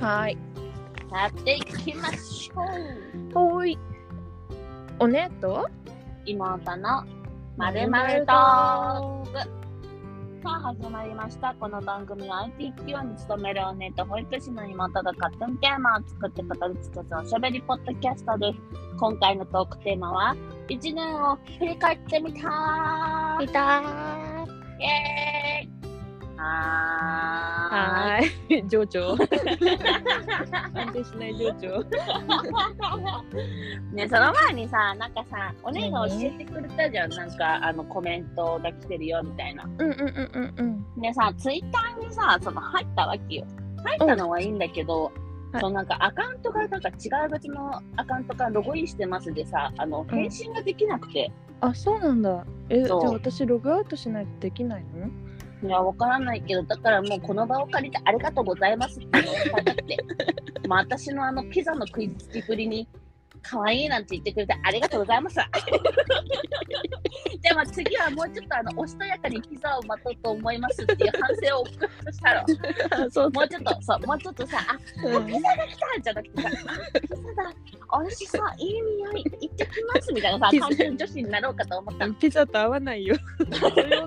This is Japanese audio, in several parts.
はい。やっていきましょう。おーい。おねと。妹のまるまるトーク。さあ、始まりました。この番組は IT 企業に勤めるお姉と保育士の妹がカットンテーマを作って語り尽くすおしゃべりポッドキャストです。今回のトークテーマは、1年を振り返ってみたーたー。イェーイはーい。はーい。 情緒。安定しない情緒。ね、その前にさ、なんかさ、お姉が教えてくれたじゃん、なんかあのコメントが来てるよみたいな。うんうんうんうんでさ、ツイッターにさ、その入ったわけよ。入ったのはいいんだけど、はいそのなんかアカウントがなんか違う別のアカウントからログインしてますでさ、あの返信ができなくて、うん。あ、そうなんだ。え、じゃそあう私ログアウトしないとできないの？いや、わからないけど、だからもうこの場を借りてありがとうございますっていうのを伝えたく て、まあ私のあのピザの食いつきぶりに、可愛いなんて言ってくれてありがとうございます。 でも次はもうちょっとあのおしとやかにピザを待とうと思いますっていう反省を送ったしたろ。あ、 そうもうちょっと、 そう、もうちょっとさ、あ、うんピザが来たんじゃなくてさ、あ、ピザだ、美味しそう、いい匂い、行ってきますみたいなさ、ピザ単純女子になろうかと思った。ピザと合わないよ。それ用の それ用の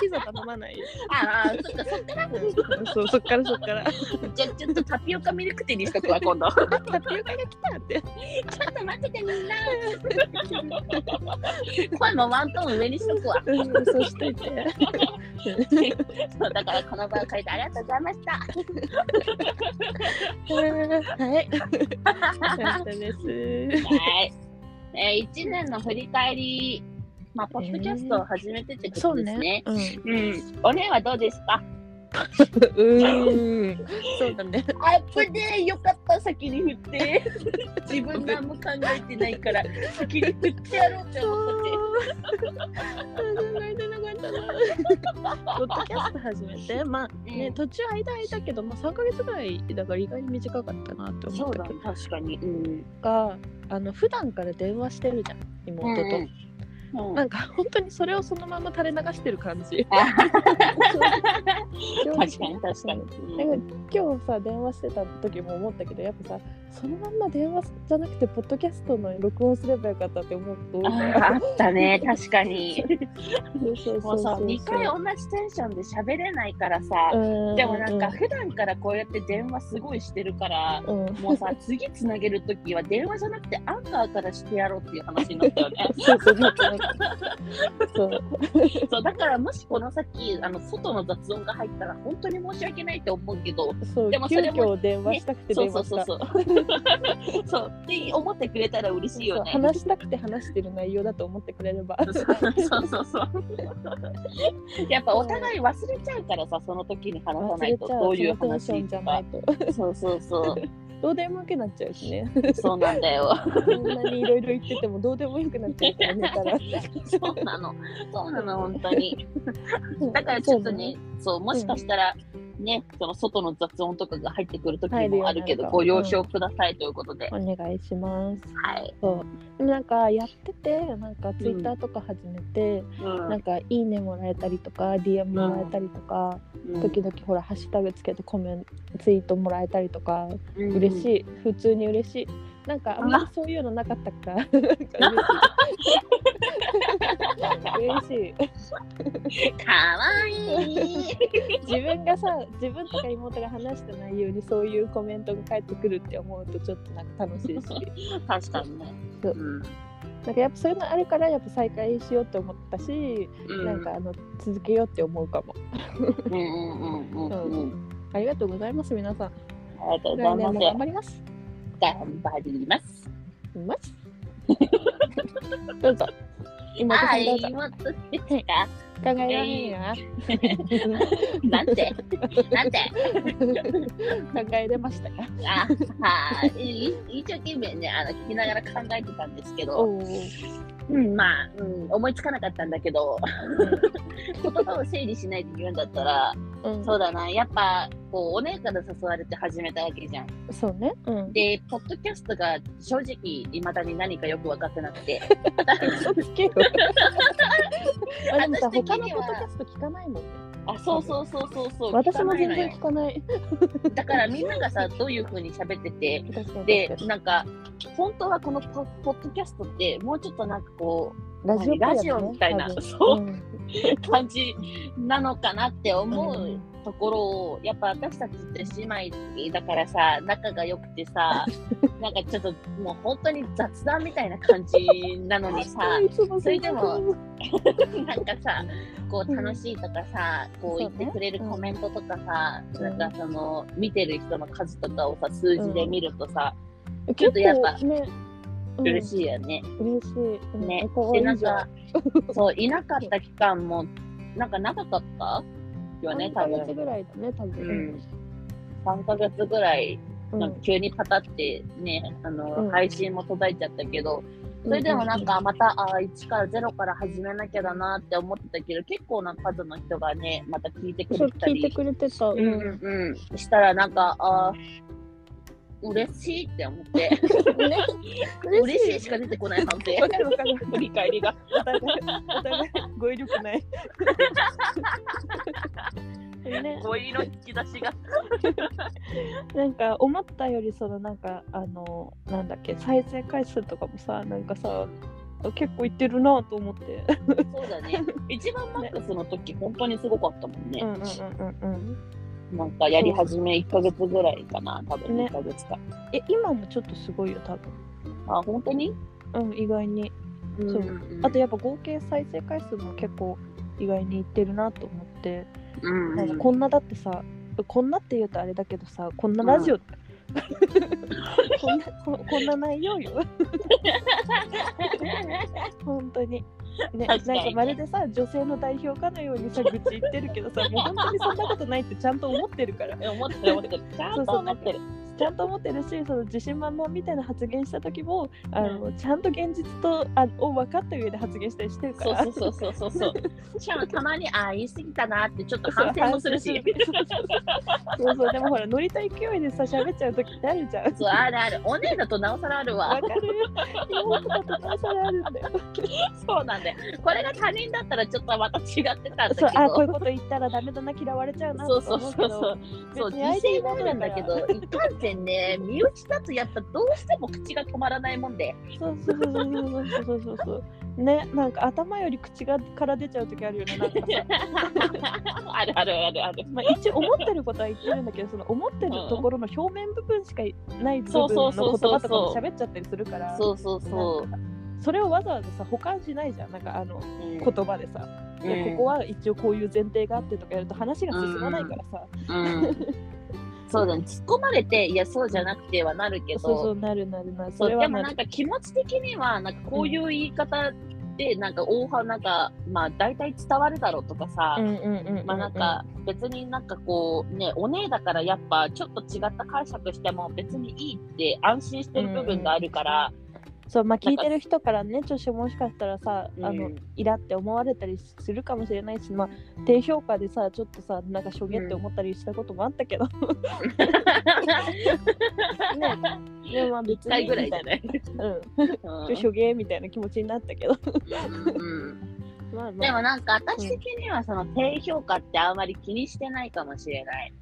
ピザ頼まないよ。ああ、そっか、そっから そうそっからそっから。じゃあちょっとタピオカミルクティーにしとくわ、今度。タピオカが来たって。ちょっと待っててみんな。声もワントーン上にしとくわ。うん、そうしとい て。そうだからこの場を借りてありがとうございました。 はい。よかったです。はい。えー、1年の振り返り、まあ、ポッドキャストを始めてってこそとうですねね。。うん。うん。お姉はどうですか うーん。そうだね。アップでよかった、先に振 って。自分何も考えてないから、先に振ってやろうって思ってて。ポッドキャスト始め て、まあね、途中間空いたけど、まあ、3ヶ月ぐらいだから意外に短かったなってそ思っうただけねど、確かに。うん。があの普段から電話してるじゃんうん妹と、うんうんなんか本当にそれをそのまま垂れ流してる感じ 確かに確かに。なんか今日さ電話してた時も思ったけどやっぱさそのまんま電話じゃなくてポッドキャストの録音すればよかったって思うとあーあったね、確かに。そうそうもそううさそ、う2回同じテンションで喋れないからさ、うんでもなんか普段からこうやって電話すごいしてるから、うんうん。もう さ、次つなげるときは電話じゃなくてアンカーからしてやろうっていう話になったよねそうそうなんかなんかそうそうだからもしこの先、あの外の雑音が入ったら本当に申し訳ないと思うけど、そうでもそ急れも遽電話したくてそ電うそ話しうそうたそう。 そうって思ってくれたら嬉しいよね。そう話したくて話してる内容だと思ってくれればそうそうそう。やっぱお互い忘れちゃうからさ、その時に話さ忘なれいちと、ゃうどういうそのテンショ話ンじゃとなかい。とそうそうそどうでもよくなっちゃうしねう。そうなんだよ。そんなにいろいろ言っててもどうでもよくなっちゃうから寝たらそうなの。そうなの、本当に。 だからちょっとね、そう、もしかしたら、ね、その外の雑音とかが入ってくる時入るよもあるけど、なんかご了承くださいということで。そうねお願いしますはい。そうでもなんかやっててなんかツイッターとか始めて、うんなんか「いいね」もらえたりとか DM もらえたりとか、時々ほらハッシュタグつけてコメントツイートもらえたりとかうん嬉しい。い、普通に嬉しいなんかあんまりそういうのなかったからなんか嬉しい嬉しいかわいい。自分がさ自分とか妹が話した内容にそういうコメントが返ってくるって思うとちょっとなんか楽し いし確かにね。そううんなんかやっぱそういうのあるからやっぱ再開しようって思ったし、うんなんかあの続けようって思うかもうんうんうんうんうん。ありがとうございます皆さんありがとうござ来い年もます。頑張ります頑張ります。ます どうぞ妹さあんどうぞい、もっとですか。考えられんやなんて、なんて、 考えれました かあ、はい、い一生懸命ね、あの聞きながら考えてたんですけど、おーうん、まあ、うん、思いつかなかったんだけど、言葉を整理しないで言うんだったら、うん、そうだだな。やっぱ、こう、お姉から誘われて始めたわけじゃん。そうね、うん、で、ポッドキャストが正直、いまだに何かよく分かってなく て。嘘つけよ あでもさ私的他のにポはッドキャスト聞かないもんねあ、そうそうそうそうそう。私も聞かない全の然よ聞かないだからみんながさ、どういう風に喋ってて、確かに確かにで、なんか、本当はこのポポッドキャストって、もうちょっとなんかこう、ラジオっぽやつねラジオみたいな多分そううん感じなのかなって思ううんところを、やっぱ私たちって姉妹だからさ、仲が良くて さ、なんかちょっともう本当に雑談みたいな感じなのにさ、いつもそれでも なんかさ、こう楽しいとかさ、こうそう言っねてくれるコメントとかさ、うんなんかその見てる人の数とかをさ、数字で見るとさ、ちちょょっっととややっっぱぱね、嬉しいいよね。嬉しいねうん可愛でいなんじゃかそういなかった期間もなんか長かったよね3多ヶ月ぐ分。らいだね多う分、ん。三ヶ月ぐらいうんなんか急にパタってねあの、うん配信も途絶えちゃったけど。それでもなんかまた、あ1から0から始めなきゃだなって思ってたけど結構な数の人がねまた聞いてくそうれた聞いてりくれてた、うんうんうんしたらなんかあ嬉しいって思ってね嬉しいしか出てこない判定わかるわかる振り返りがお互いお互い語彙力ないね、語彙の引き出しがなんか思ったよりそのなんかあのなんだっけ再生回数とかもさなんかさ結構いってるなと思ってそうだね。一番マックスの時、本当にすごかったもんね。うんうんうんうんうんなんかやり始め1ヶ月ぐらいかな、多分ね2ヶ月か。え今もちょっとすごいよ多あ、本当に分うん意外にうんそうあとやっぱ合計再生回数も結構意外にいってるなと思って、うんうんなんかこんなだってさこんなって言うとあれだけどさこんなラジオ、 こんなここんな内容よ本当に。ね、なん確かかにねまるでさ女性の代表かのようにさ愚痴言ってるけど さもう本当にそんなことないってちゃんと思ってるからえ 思ってる思ってる。ちゃんと思ってる。ちゃんと思ってるしその自信満々みたいな発言した時もあの、ちゃんと現実とあを分かった上で発言したりしてるかそらうそうそうそうそうそう。 しかもたまに、あ、言い過ぎたなってちょっと反省もす るし。そうそうでもほら乗りたい勢いでさ喋っちゃう時ってあるじゃん。そう、あるある。お姉だとなおさらあるわわ。か る。妹だとなさらあるんだよ。そうなんだよ。これが他人だったらちょっとまた違ってたんだけそうど。あこういうこと言ったらダメだな嫌われちゃうなそうとかそう思うけそうど。そう。そう、別に相自手信にはあるんだけど、いかんせんね、身内だとやっぱどうしても口が止まらないもんで、 そうそうそうそうそうそうそうそう。ねなんか頭より口がから出ちゃう時あるよねなんか さ。あるあるあるある。まあ、一応思ってることは言ってるんだけどその思ってるところの表面部分しかない部そう分そのう言そう葉そうとかも喋っちゃったりするからそうそうそう。それをわざわざさ保管しないじゃんなんかあのうん言葉でさ、うでこんこは一応こういう前提があってとかやると話が進まないからさ、うんそうだね、突っ込まれて、いや、そうじゃなくてはなるけど、そうそうなるなるなるそそうれではもななるんか気持ち的には、なんかこういう言い方で、なんか大はなんか、まあ、大体伝わるだろうとかさ、うんうんうんうんうんまあなんか別になんかこうねお姉だからやっぱちょっと違った解釈しても別にいいって安心してる部分があるから、そうまあ聞いてる人からねちょっともしかしたらさ、うんあのイラって思われたりするかもしれないしまあ低評価でさちょっとさなんかしょげって思ったりしたこともあったけど、ね でもまあ別1回ぐらいじだゃ ない、うんうんちょっと処刑みたいな気持ちになったけど うんまあまであもなんか私的にはその低評価ってあんまり気にしてないかもしれない、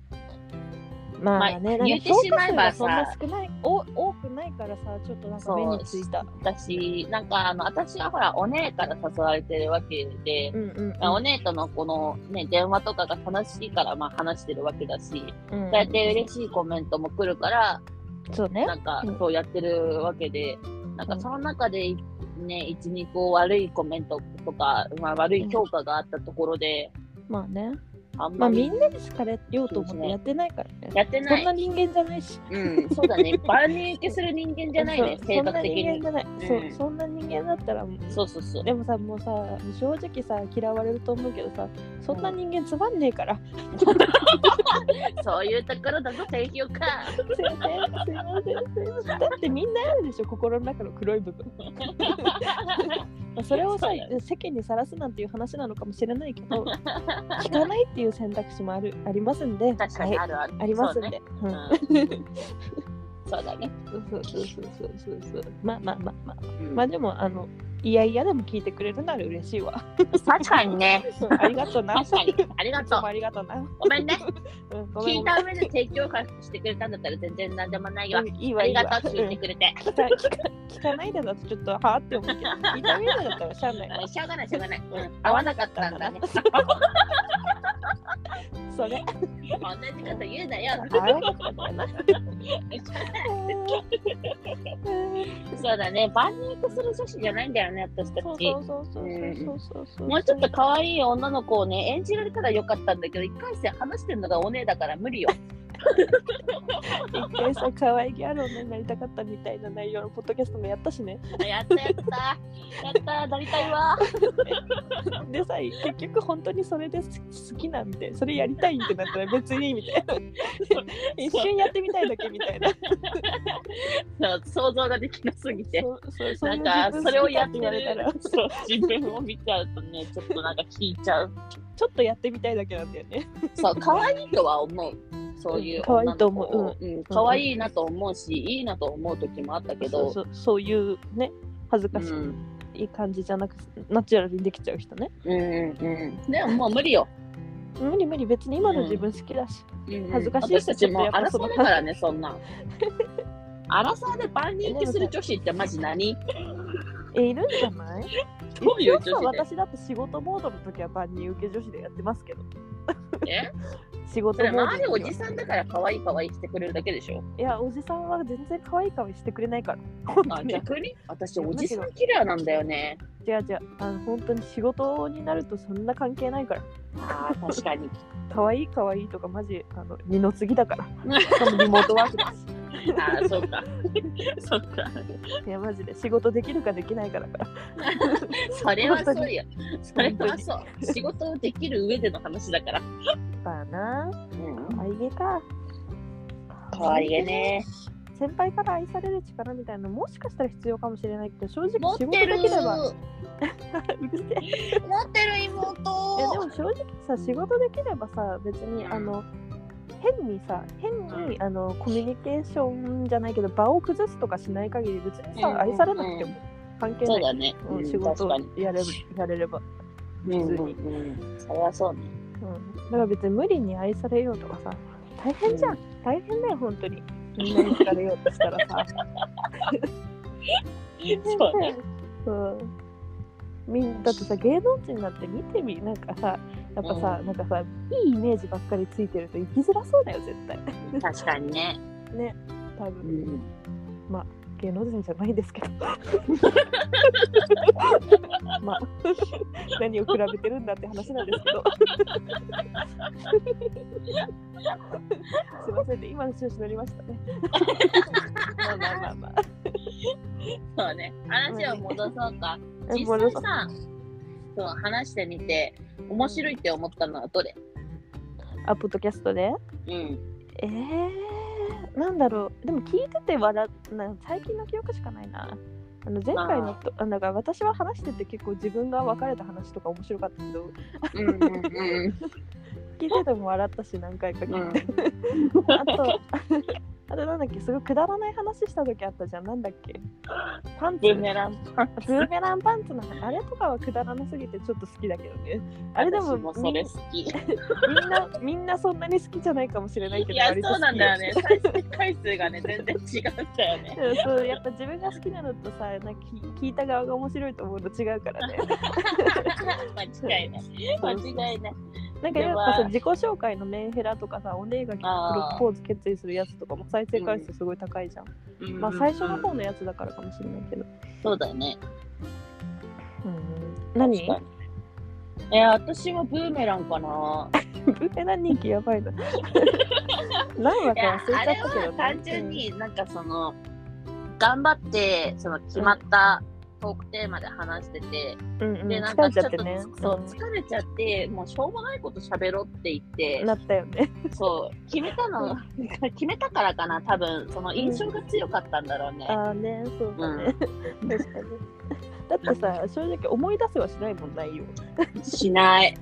まあね、まあな言んっかてしまえばさ評価数がそんな少ないお多くないからさちょっとなんか目についた私なんかあの私はほらお姉から誘われてるわけで、うんうんうんまあお姉とのこの、ね、電話とかが楽しいからまあ話してるわけだし、うんそうやって嬉しいコメントも来るから、そうねなんかうんそうやってるわけで、なんかその中でね、1、2個悪いコメントとか、まあ、悪い評価があったところで、まあねあんままあみりんなに好かれようと思ってやってないからねやってそなん。ない人間じゃないしうん、そうだね。万人受けする人間じゃないね、そう性そん格な的人間にじ。ゃない、うんそうそんな人間だったらもうそうそうそう。でもさもうさ正直さ嫌われると思うけどさそんな人間つまんねえから、そういうところだぞ、性評価。すいませんすいませんすいま せんだってみんなあるでしょ心の中の黒い部分それをさそうだ世間にさらすなんていう話なのかもしれないけど聞かないっていう選択肢もあるありますんで確かはにいあるある。ありますんでうんそうね。うん そうだね。そうそうそうそうそうそうまあまあまあまあうんまあでもあのいやいやでも聞いてくれるなら嬉しいわ確かにね。うんありがとうな確かに。 ありがいつとうも。ありがとうなごめんね。うん ごめ聞んいた上で提供会してくれたんだったら全然何でもないごわめ。んいいあわいりいわがとう、聞いてうんくれて。聞か聞か 聞かないでだとちょっとはあって思うけど聞いた上でだったらしゃあないわしょうがない、しょうがない。うんうん合わなかったんだね。 それ同じこと言うなよ。 合わなかったなそうだね。万人とする女子じゃないんだよね、私たち。そうそうそうそうそうそうそうもうちょっと可愛い女の子をね、演じられたらよかったんだけど、一回戦話してるのがお姉だから無 理よ。一回さ可愛げある女になりたかったみたいな内容のポッドキャストもやったしねやったやった。やった、なりた いわ。でさ結局本当にそれで好好きなんでそれやりたいってなったら別にみた いな 一瞬やってみたいだけみたいなそう想像ができなすぎて。そうそうそうなういん自か、分それをやって好きだ言われたらる。そう、自分を見ちゃうと ね、ちょっとなんか引いちゃう。ちょっとやってみたいだけなんだよねそう、可愛いとは思う。そういう可愛女いとの思子うを。うん、可愛いなと思うし、いいなと思う時もあったけそどう。そうそういうね恥ずうかしん、い感じじゃなくナチュラルにできちゃう人ねうん、うん。でももう無理よ。無理無理別に今の自分好きだし、恥ずかしい私たちも争うからね、そん なん。争いで万人受けする女子ってマジ何えいるんじゃ ないどういう一応さ女子私でだって仕事モードの時は万人受け女子でやってますけどえ仕そ事れモードの周りお時はじさんだから可愛い可愛いしてくれるだけ でしょいやおじさんは全然可愛い顔してくれないから本当あに違う逆に私おじさんキラーなんだよね。違うあの本当に仕事になるとそんな関係ないからああ確かに。可愛い可愛いとかマジあの二の次だから しかもリモートワークだしああそうか。 そうか。いやマジで仕事できるかできないかだからそれはそうよ。それはそう。仕事をできる上での話だから。だなうん可愛げか可愛げね。先輩から愛される力みたいなのもしかしたら必要かもしれないけど正直仕持っ事だてける。ればうるせえ持ってるいやでも妹。正直さ仕事できればさ別にうんあの変にさ変にあのコミュニケーションじゃないけど場を崩すとかしない限り別にうんさ愛されなくても関係そなういだね。ううんん仕事確をかに。やればやれれば、うんうんうん。それはそうね。うん、だから別に無理に愛されようとかさ大変じゃん、う大変だよ本当にみんなに好かれようとしたらさそうね。うんみんだってさ芸能人になって見てみなんかさやっぱさ、なんかさいいイメージばっかりついてると生きづらそうだよ絶対確かにね。ね多分、うん。芸能人じゃないです けどまあ 何を比べてるんだって話なんですけど すいませんね今の調子乗りました ねまあまあまあまあそうね。話を戻そうか。え実戻際そうさ、そう話してみて面白いって思ったのはどれ？あポッドキャストでうん。えー、なんだろうでも聞いてて笑っなん最近の記憶しかないなあの前回のとあなんか私は話してて結構自分が別れた話とか面白かったけどうんうん聞いてても笑ったし何回か聞いてうん。あと、 あとなんだっけ、すごいくだらない話した時あったじゃん、なんだっけ。パンツ、ブーメランパンブーメランパンツの話、あれとかはくだらなすぎてちょっと好きだけどね。あれでも私それ好き。みんな、みんなそんなに好きじゃないかもしれないけど、いや割とそ好うきなんだよね。。再生回数がね全然違うんだよね。 うんそうやっぱ自分が好きなのとさなんか聞聞いた側が面白いと思うの違うからね。間違いない。 間違いない。なんかやっぱさ自己紹介のメンヘラとかさお姉がプロポーズ決意するやつとかも再生回数すごい高いじゃん。まあ最初のうん方のやつだからかもしれないけど。そうだね。うん、 何確かにいや私もブーメランかな。ブーメラン人気や ばいな。何話いかや忘れちゃあっれたけど、は単純になんかその頑張ってその決まったトークテーマで話してて、うん、うんうん、でなんか疲れちちゃょっってと、ね。そう疲れちゃってもうしょうもないこと喋ろうって言ってなったよ ね。そう決めたの 決めたからかな多分その印象が強かったんだろうね。 ああね、そうだね。確かに。だってさ正直思い出せはしないもんないよしない。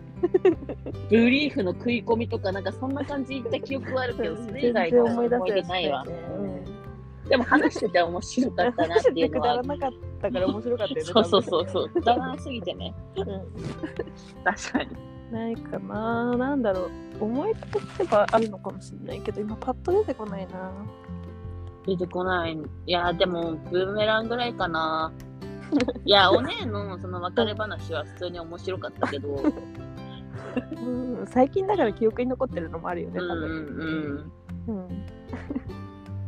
ブリーフの食い込みとか、なんかそんな感じいった記憶はあるけど、それ以全外然の思い出思せい出はしなないいわよ。ねうんでも話してて面白かったな話ってしいてうくのだはら。なかったから面白かったよねそうそうそううそう。くだらなすぎてね。確かに。ないかななんだろう思い出せばあるのかもしれないけど今パッと出てこないな出てこない。いや、でも、ブーメランぐらいかな。いや、お姉のその別れ話は普通に面白かったけ ど、ううん最近だから記憶に残ってるのもあるよね多ん分うんうん。うん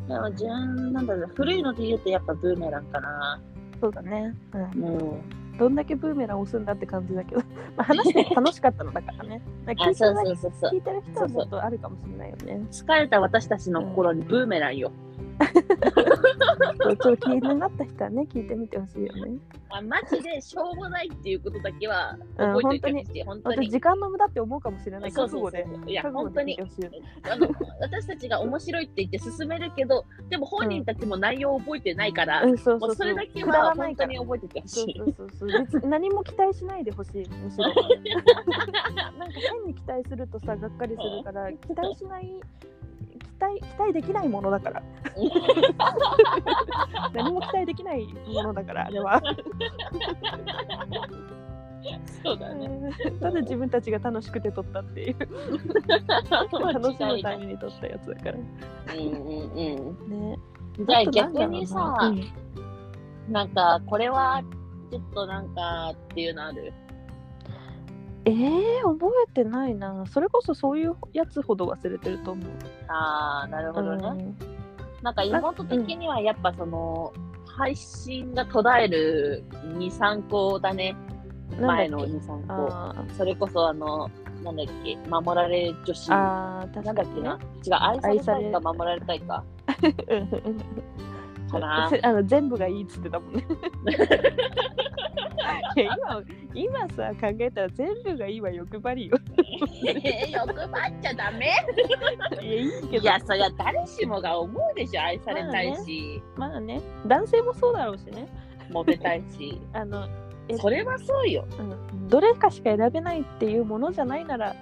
でも、順、なんだろう、古いので言うとやっぱブーメランかな。そうだねうんもどんだけブーメラン押すんだって感じだけど まあ話してて楽しかったのだから ねなんう、か聞あ、いそてうないそうそうそう聞。いてる人はもっとあるかもしれないよね。疲れた私たちの心にブーメランよ。ちょっと気になった人はね、聞いてみてほしいよね。あマジでしょうもないっていうことだけはうん、覚え本て当おいにて、ほしい。本当私、に。時間の無駄って思うかもしれないそう覚そう悟そうで。。いや、覚悟本で聞い当にて。ほしいよね。あの私たちが面白いって言って進めるけど、でも本人たちも内容を覚えてないから、うん、そうもそううそれだけは本当に覚えててほしそうい。そうそうそう別に何も期待しないでほしいむし ろなんか変に期待するとさがっかりするから期待しない期待期待できないものだから 何も期待できないものだからあれはそううだね。んただ自分たちが楽しくて撮ったっていう楽しむために撮ったやつだからうんうんうん。ねじゃあとなんだ逆ろうなにさう、んなんかこれはちょっとなんかっていうのある。えー、覚えてないなそれこそそういうやつほど忘れてると思うああ、なるほどね。うんなんか妹的にはやっぱその、配信が途絶える2、3個だね。前の2、3個。あーそれこそあの、なんだっけ、守られ女子。あーな確んだかっけになね違う、愛されたい愛されか守られたいか。か なせあ の全部がいいっつってたも んね。いや今今さ考えたら全部がいいは欲張りよ。え欲張っちゃダメいやいいけどいや、そりゃ誰しもが思うでしょ、愛されたいし、まあね男性もそうだろうしねモテたいし。あのえそれはそう よ。うんどれかしか選べないっていうものじゃないなら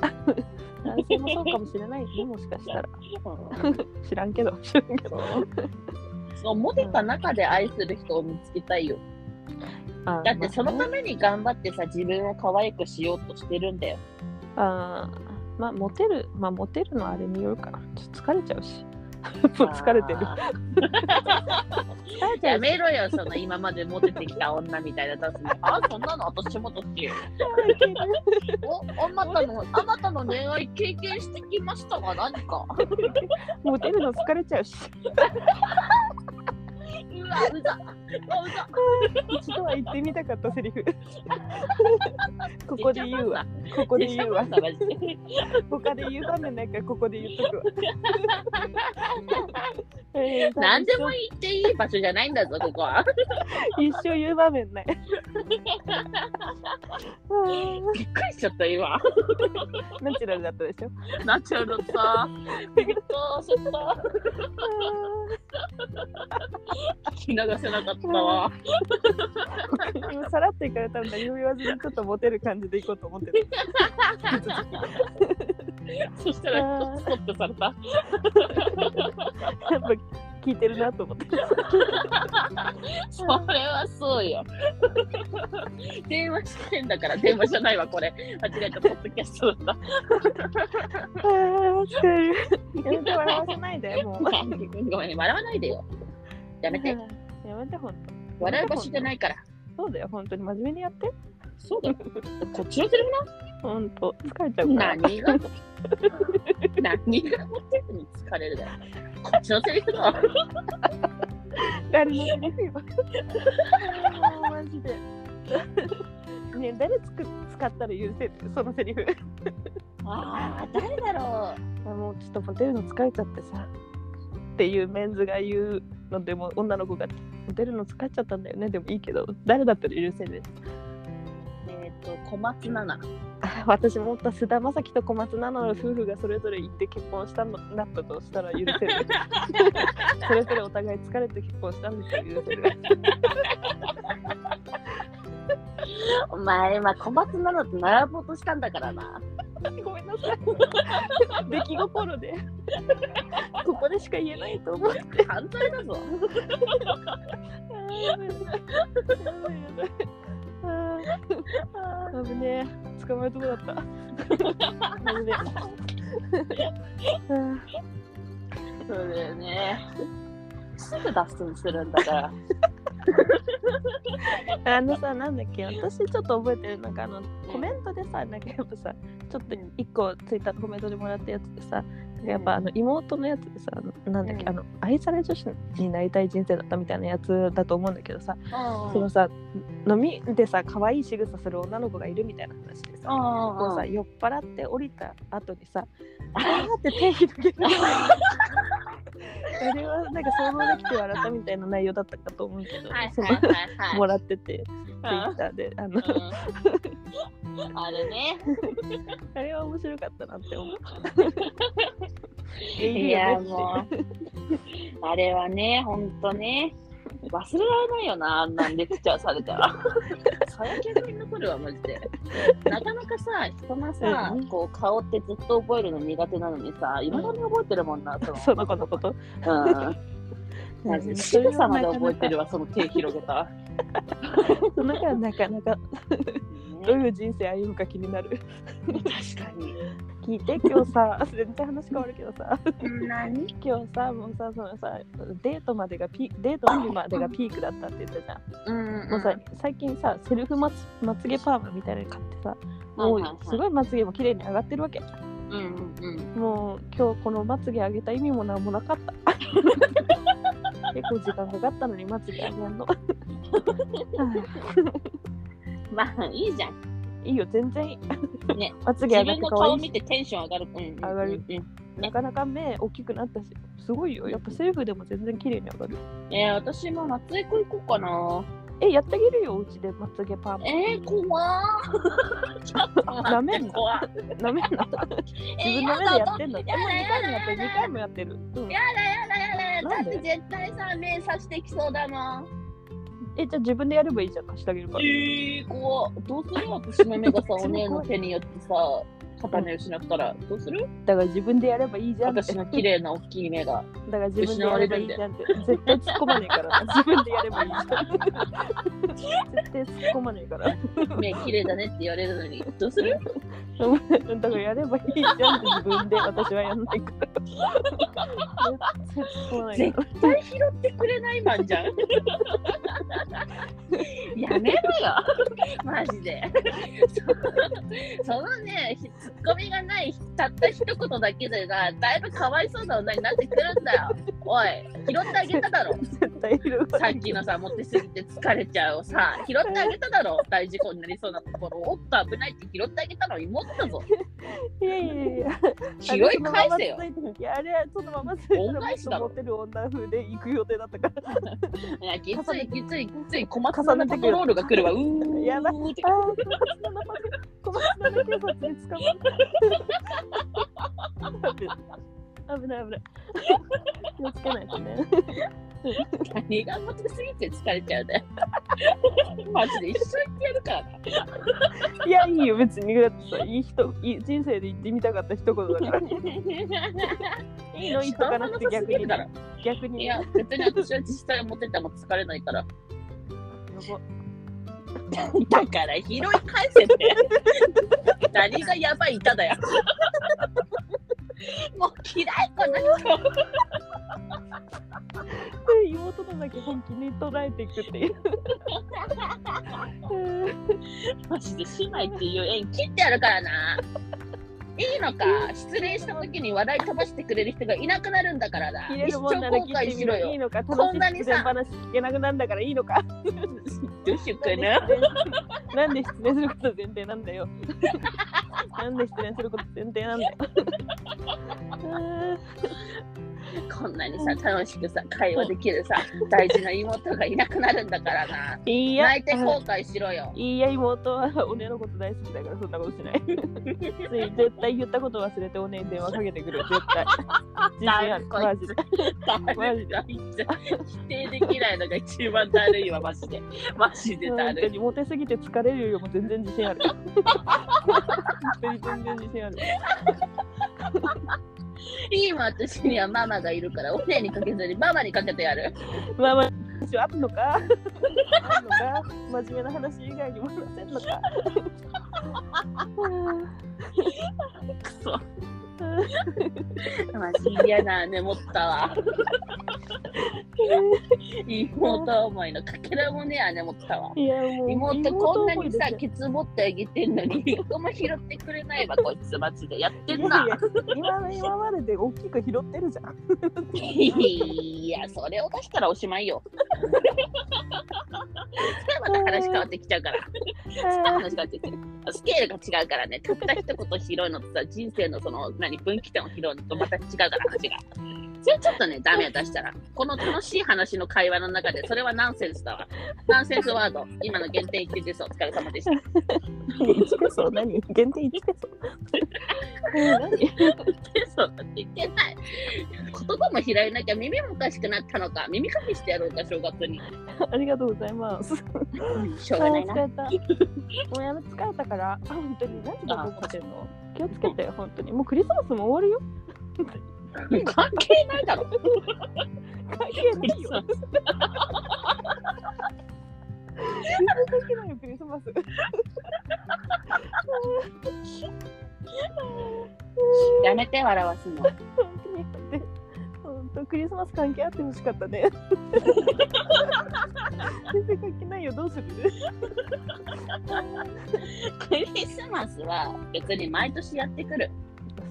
男性もそうかもしれないねもしかしたら知らんけど知らんけどそうモテた中で愛する人を見つけたいよ。あーだってそのまあたねめに頑張ってさ、自分を可愛くしようとしてるんだよ。あーまあモテるまあモテるのはあれによるかなちょっと疲れちゃうしもう疲れてるあ疲れー。やめろよ、その今までモテてきた女みたいなダンス に。あ、そんなの私も好きよ。お、あなたの、あなたの恋愛経験してきましたが、何か。 モテるの疲れちゃうしうわ、うざ。うざ。一度は言ってみたかったセリ フここで言うわここで言うわめっちゃマジで他で言う場面ないからここで言っとくわ えー何でも言っていい場所じゃないんだぞ、ここは。一生言う場面 ないあびっくりしちゃった、今。ーナチュラルだったでしょナチュラルだった。びっくり した。聞き流せなかったわ。あー今さらっと行かれたんだ何も言わずにちょっとモテる感じでいこうと思ってる そしたら、ストップされた。やっぱ聞いてるなと思ってそれはそうよ。 電話してんだから、電話じゃないわ、これ。間違えた、ポッドキャストだっ あー疲れるやめて笑わせないで もうた。ごめん、笑わないでよ。やめて。やめてほんと笑う場所じゃないから。そうだよ本当に真面目にやってそう だよ。こっちのセリフ本当疲れちゃうから 何が何がモテるに疲れるだよ。こっちのセリフだわ。誰のセリフよあーマジで ねえ誰つく使ったら許せるそのセリフああ、誰だろあもうちょっとモテるの疲れちゃってさっていうメンズが言うのでも女の子がモテるの疲れちゃったんだよねでもいいけど誰だったら許せるう。えっ、と、小松菜奈。あ 私もっと菅田将暉と小松菜奈の夫婦がそれぞれ行って結婚したのなったとしたら許せる それぞれお互い疲れて結婚したんですよ許せるお前今小松菜奈と並ぼうとしたんだからなごめんなさ い。出来心で。ここでしか言えないと思う。犯罪だぞやばいやばいやばいあー危ねえ。捕まえるとこだった。危ねえ。 あそうだよねすぐ脱線するんだからーあのさ、なんだっけ、私ちょっと覚えてるのが、あの、コメントでさ、なんかやっぱさ、ちょっと一個ツイッターのコメントでもらったやつでさ、やっぱあの妹のやつでさ、あのなんだっけ、うんあの愛され女子になりたい人生だったみたいなやつだと思うんだけどさ、そのさ飲みでさ可愛い仕草する女の子がいるみたいな話でさ、こうさ酔っ払って降りた後に さあーって手広げるあれはなんか想像できて笑ったみたいな内容だったかと思うけど、はいそのはいはいはいもらっててツイッうターであの、んうんあれねあれは面白かったなって思う いやもうあれはねほんとね忘れられないよなあんなんレクチャーされたら最近に残るわマジでなかなかさ人のさ、うんこう顔ってずっと覚えるの苦手なのにさいまだに覚えてるもんなそのその子のことうんマジで仕草まで覚えてるわその手広げたその子はなかなかど ういう人生歩むか気になる確かに聞いて今日さ全然話変わるけどさ何今日さもうさそのさデートまでがピデートの日までがピークだったって言ってたじゃん、うん、うん、もうさ最近さセルフまつまつげパーマみたいなの買ってさもはいはいうはいすごいまつげも綺麗に上がってるわけうんうんもう今日このまつげ上げた意味もなんもなかった 結構時間かかったのにまつげ上げんのはあうんまあいいじゃんいいよ全然いいねまつげ自上がって分の可顔愛い見してテンション上がる、うんうんうん上がるうんなかなか目大きくなったしすごいよやっぱセルフでも全然綺麗に上がるえー、私も松江区行こうかな。えやってあげるようちでまつげパーマえー、怖 ー。ちょっとダ待メっんて、だ怖い。ダメな の自分の目でやってんだって。もう2回もやってる、2回もやってる。うんやだやだやだ。なだんってで絶対さ、目刺してきそうだもん。え、じゃあ自分でやればいいじゃん、貸してあげるから。えー、怖っどうする私の目が さ、すごいお姉の手によってさ、片目失ったら、どうするだから自分でやればいいじゃんって。私の綺麗な大きい 目が。だから自分でやればいいじゃん って。絶対突っ込まねえからな。自分でやればいいじゃん。絶対突っ込まねえから。目綺麗だねって言われるのに、どうするだからやればいいじゃんって自分で私はやんないから。絶対突っ込まないから。絶対拾ってくれないマンじ ゃん。やめろよ、マジで。そのね、ひツッコミがない、たった一言だけでが、だいぶかわいそうな女になってくるんだよ。おい、拾ってあげただろ。絶対いるわさっきのさ、持ってすぎて疲れちゃうをさ、拾ってあげただろ。大事故になりそうなところを、おっと危ないって拾ってあげたの妹だぞ。いやいやいや。拾い返せよ。いや、あれはそのままついて恩返しだろモテる女風で行く予定だったから。いや、きついきついきつい、小松菜のパトロールが来るわ。うー やばいーってあー小松菜奈小松菜奈警察に捕ま った。危ない危ない。気をつけないとね。何が持ってすぎて疲れちゃうね。 マジで一緒にやるからな。 いやいいよ別にだってさいい人いい人生で言ってみたかった一言だから。いいの言っとかなくて逆にだろ。逆にいやや、別に私は実際持ってても疲れないから。ばだから拾い返 せって。何がやばい板だよ。もう嫌いこの人。妹のだけ本気に捉えていくって いう。マジで姉妹っていう縁切ってやるからな。いいのか失恋した時に話題飛ばしてくれる人がいなくなるんだからな。切れ一るもん生なら後切っ悔てみしろろよいい。のかこんな楽しにいさ話聞けなくなるんだからいいのか。どうしようかな。 なんで失恋すること前提なんだよ。なんで失恋すること前提なんだよ。 こんなにさ楽しくさ会話できるさ大事な妹がいなくなるんだからないいや、泣いて後悔しろよいいや、妹はお姉のこと大好きだから、そんなことしない。つい絶対言ったこと忘れてお姉に電話かけてくる、絶対。自信ある、だマいジで。だるいだ否定できないのが一番だるいわマジでマジでだ本当るいにモテすぎて疲れるよりも全然自信ある。本当に全然自信ある。今私にはママがいるからお姉にかけずにママにかけてやるまあまあ、一応あるのかあるのか真面目な話以外にも話せんのかくそマジ嫌なね持った わ妹思いのかけらもね姉持ったわいやもう妹こんなに妹思いですさよケツ持ってあげてんのに一個も拾ってくれないわこいつマジでやってんいやいなや今の今までで大きく拾ってるじゃ ん。いやそれを出したらおしま いよそれはまた話変わってきちゃうから話変わってきちゃう スケールが違うからねたった一言拾うのとさ人生のその何分岐点を拾うのとまた違うから話がそれちょっとねダメよ出したらこの楽しい話の会話の中でそれはナンセンスだわナンセンスワード今の原点一致ですお疲れ様でした 一ペソ何限定一ペソ。何ってそうだって言ってない言葉も拾えなきゃ耳もおかしくなったのか耳かきしてやろうか正月にありがとうございます。しょうがないなあー疲れた。もうやめ疲れたから、あ本当に何時だと思ってんの気をつけて、本当に。もうクリスマスも終わるよ。関係ないだろ関係ないよ。全然関係ないよ、クリスマス。やめて笑わすの本当にで本当クリスマス関係あってほしかったね。全然関係ないよ、どうするクリスマスは別に毎年やってくる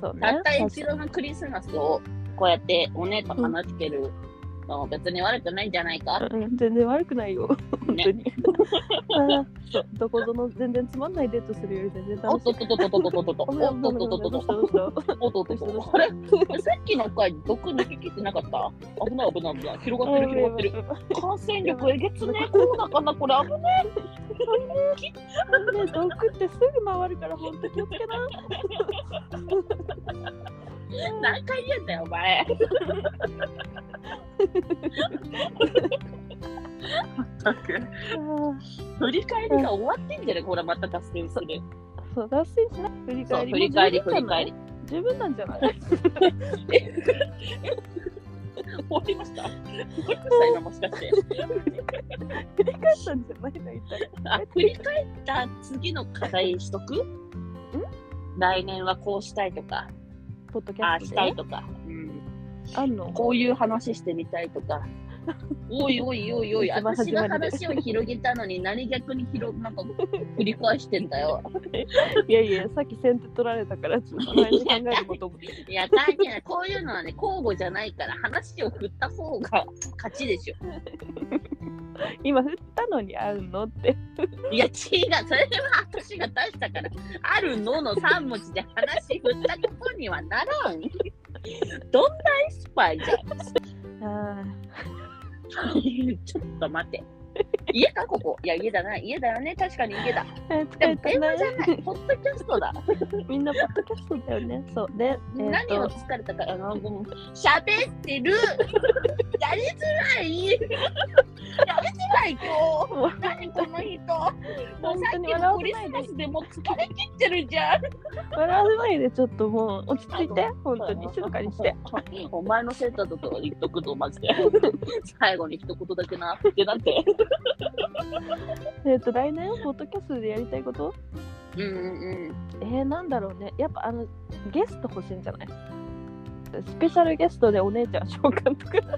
そうたった一度のクリスマスをこうやってお姉と話してるのも別に悪くないんじゃないかうん全然悪くないよ、本当に。あーそうどこぞの全然つまんないデートするより全然おっ楽しい。とっとっとっとっとっとっとごめおんっごとめんっとっとごっとめっんとどうしたどうしたおっとっとっとあれさっきの回毒抜き切ってなかった危ない危ない危ない広がってる広がってる感染力えげつねえコロナかな これ危ないね、毒ってすぐ回るから本当気をつけな。何回言うんだよお前振り返りが終わってんじゃねこれまた達成するそう脱線しない振りそう返り。振り返りもう振り返り十分なんじゃない。終わりました終わりました今もしか して振り返ったんじゃない大体。あ振り返った次の課題しとく来年はこうしたいとかポッドキあャあスしトたでい。とか、うん、あんの。こういう話してみたいとかおいおいおい おい一番私初めがに話を広げたのに何逆に広 なんか繰り返してんだよいやいや、さっき先手取られたから、ちょっと前に考えること思って。いや、大変だ。こういうのはね、交互じゃないから、話を振った方が勝ちでしょ。今振ったのにあんのって。いや、違う。それは私が出したから、あるのの3文字で話振ったことにはならん。どんなエスパイじゃあん。ちょっと待って。家か、ここ。いや、家だな。家だよね。確かに家だ。あ、疲れでも、電た話じね。ゃない。ポッドキャストだ。みんなポッドキャストだよね。そうで、えー何を疲れたか、あの、ごめん喋ってる。 やりづらい。やりづらい、今日。何、この人。もう本さ当っにき笑のわせクリないでスマスでもう疲れ切ってるじゃん。笑わないでちょっともう落ち着いて本当に静かにして。 お前のせいだとか言っとくと、マジで。最後に一言だけな。で、なんて。えっと来年ポッドキャストでやりたいことうんうんえー、なんだろうねやっぱあのゲスト欲しいんじゃないスペシャルゲストでお姉ちゃん召喚とか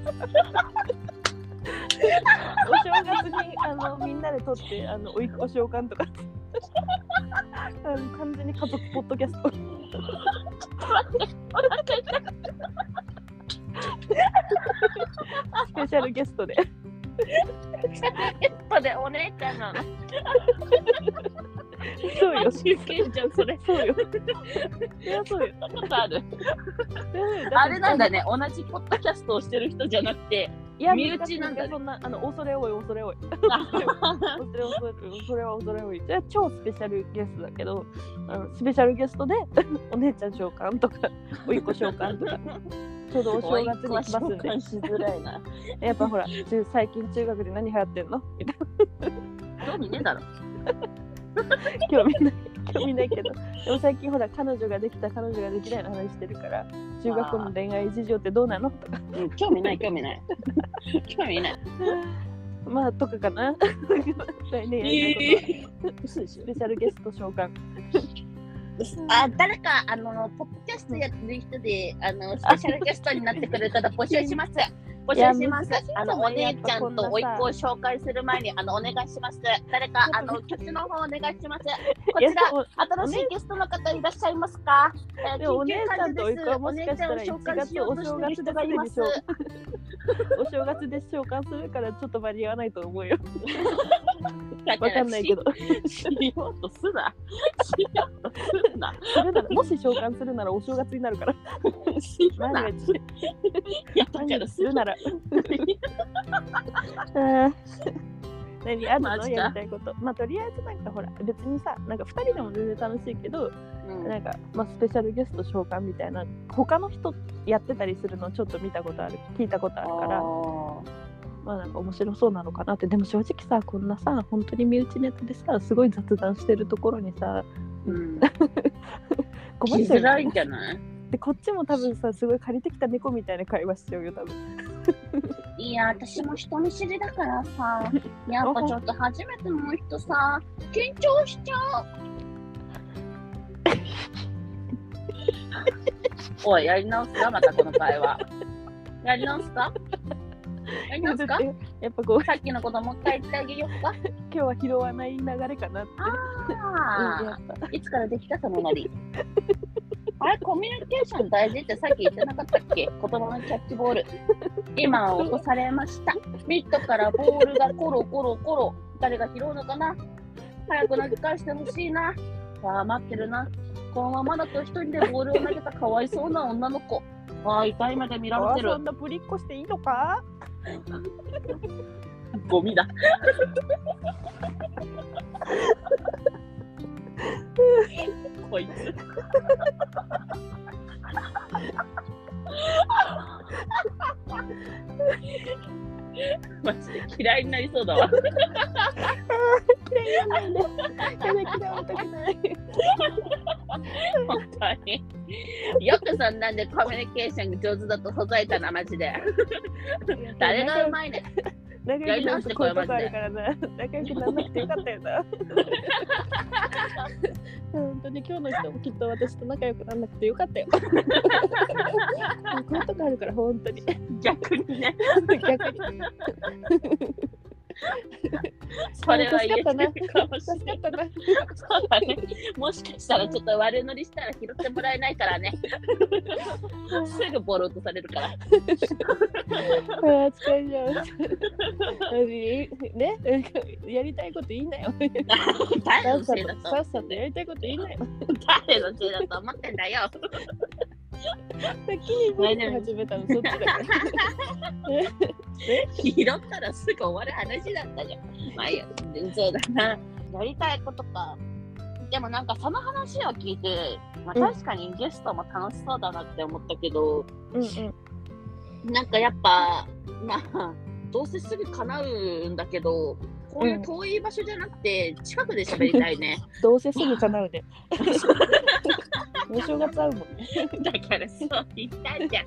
お正月にあのみんなで撮ってあのおいっ子召喚とかあの完全に家族ポッドキャストスペシャルゲストで うん。ゲストでお姉ちゃんなの。そうよ。休憩じゃん、それ。そうよ。そりゃそうよ。そんなことある。って あれなんだ。ね、同じポッドキャストをしてる人じゃなくて、いや、身内なんだねそんな、あの、恐れ多い、恐れ多い。あ恐れ恐れ恐れは恐れ多い。じゃあ超スペシャルゲストだけど、あのスペシャルゲストで お姉ちゃん召喚とか、おいっ子召喚と か。ちょうどお正月に来ますんおいっ子は召喚しづらいな。で、やっぱほら、中最近中学で何流行ってんのみたい 興味ねえだろ。な興味ない、興味ないけど、でも最近ほら、彼女ができた、彼女ができないの話してるから、中学校の恋愛事情ってどうなのとか、うん、興味ない、興味 ない。興味ない。まあ、とかか な。来年やりたいことはえー、嘘でしょスペシャルゲスト召喚。あ誰かあのポッドキャストやってる人であのスペシャルゲストになってくれたら募集します。募集しますいや難しいん。じゃあないのお姉ちゃんと甥っ子をや紹介する前にあのお願いします。誰かあの挙手の方お願いします。こちいやでらも新しいゲストの方いらっしゃいますか？えーでもお緊姉急ちゃ会ん議とでおいっ子すはおもし姉かしちゃたんをら紹1介し月よおうとし正てる月人でがいますすで。に召喚お正月で召喚するからちょっと間に合わないと思うよ。わかんないけど。しようとすな。しようとすな。それならもし召喚するならお正月になるから。しよう万なが。一いやだ万かがら一すするるな。なら。あー何あるマのジかやりたいこと。まあとりあえずなんかほら別にさなんか2人でも全然楽しいけど、なんか、まあ、スペシャルゲスト召喚みたいな他の人やってたりするのちょっと見たことある聞いたことあるから。まあなんか面白そうなのかなってでも正直さこんなさ本当に身内ネタでさすごい雑談してるところにさうん、困っ来ちゃうづよらねいんじゃないでこっちも多分さすごい借りてきた猫みたいな会話しちゃうよ多分いや私も人見知りだから さやっぱちょっと初めての人さ緊張しちゃう おいやり直すかまたこの会話やり直すかやり直すかだってやっぱこうさっきのこともう一回言ってあげようか今日は拾わない流れかなってうんやあっあいつからできたそのノリあれコミュニケーション大事ってさっき言ってなかったっけ言葉のキャッチボール今落とされましたミットからボールがコロコロコロ誰が拾うのかな早く投げ返してほしいなわあ待ってるなこのままだと一人でボールを投げたかわいそうな女の子わあ痛い目で見られてあーそるんなぶりっこしていいの かゴミだこいつマジで嫌いになりそうだわ嫌だ嫌われたくない本当によくそんなんでコミュニケーションが上手だとほざいたなマジで誰がうま いね仲良くなるとこういうことある からな仲良くならなくてよかったよな本当に今日の人もきっと私と仲良くならなくてよかったよこういうとこあるから本当に逆にね 逆にそれは言えてるかもし助れなかったいなそうだね。もしかしたらちょっと悪乗りしたら拾ってもらえないから ね。すぐボロ落とされるから。ああ疲れ ちゃうね やりたいこと言いなよさ誰のっさせいだととさっさとやりたいこと言いなよ誰のせいだと思ってんだよ。先に僕が始めたのそっちだから拾ったらすぐ終わる話だったじゃん。まあいいよ、そうだな。やりたいことか。でもなんかその話を聞いて、まあ、うん確かにゲストも楽しそうだなって思ったけど、うんうんなんかやっぱ、まあ、どうせすぐ叶うんだけど、こういう遠い場所じゃなくて、近くで喋りたいね。どうせすぐ叶うでお正月会うもんね だからそう言ったんじゃん。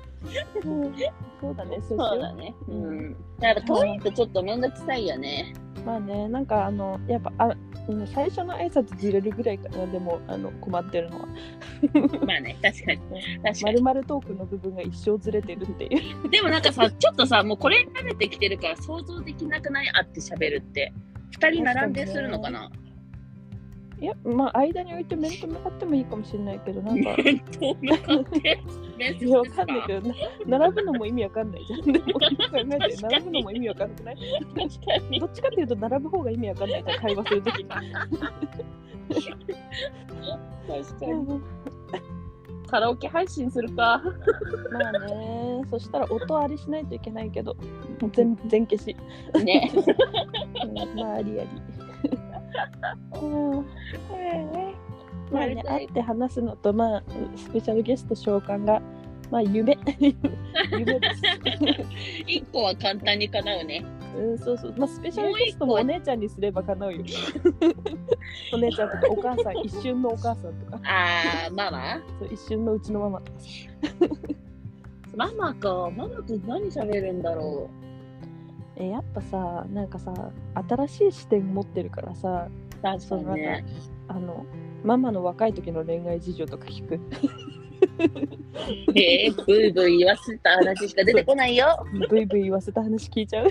そうだね、そうしそうよだね。うん。やっぱ遠いとちょっと面倒くさいよね。う。まあね、なんかあの、やっぱ、あ、うん最初の挨拶じれるぐらいかな、でも、あの、困ってるのは。 まあね、確かに。確かまに。るまるトークの部分が一生ずれてるっていう。でもなんかさ、ちょっとさ、もうこれに慣れてきてるから想像できなくないあって喋るって。二人並んでするのかないや、まあ、間に置いて面と向かってもいいかもしれないけど、なんか。面と向か って。面接いや、わですかかんないけど、な並ぶのも意味わかんないじゃん。でも、よく考えて、並ぶのも意味わかん なくない確か に。どっちかっていうと、並ぶ方が意味わかんないじゃん、会話するときに。確かに。カラオケ配信するか。まあね、そしたら音あれしないといけないけど、全全消し。 ね。うんまあありあり。うんまあね、会って話すのと、まあ、スペシャルゲスト召喚が、まあ、 夢。夢です。一個は簡単に叶うね。うん、そうそう。まあ、スペシャルゲストもお姉ちゃんにすれば叶 うよ。お姉ちゃんとかお母さん、一瞬のお母さんとか、あー、ママそう一瞬のうちのママとかさ。ママか。ママと何喋るんだろえ、やっぱさ、なんかさ、新しい視点持ってるからさ、う。確そうなんか。あの、ママの若い時の恋愛事情とか聞く。えー、ブイブイ言わせた話しか出てこない よ。ブイブイ言わせた話聞い ちゃう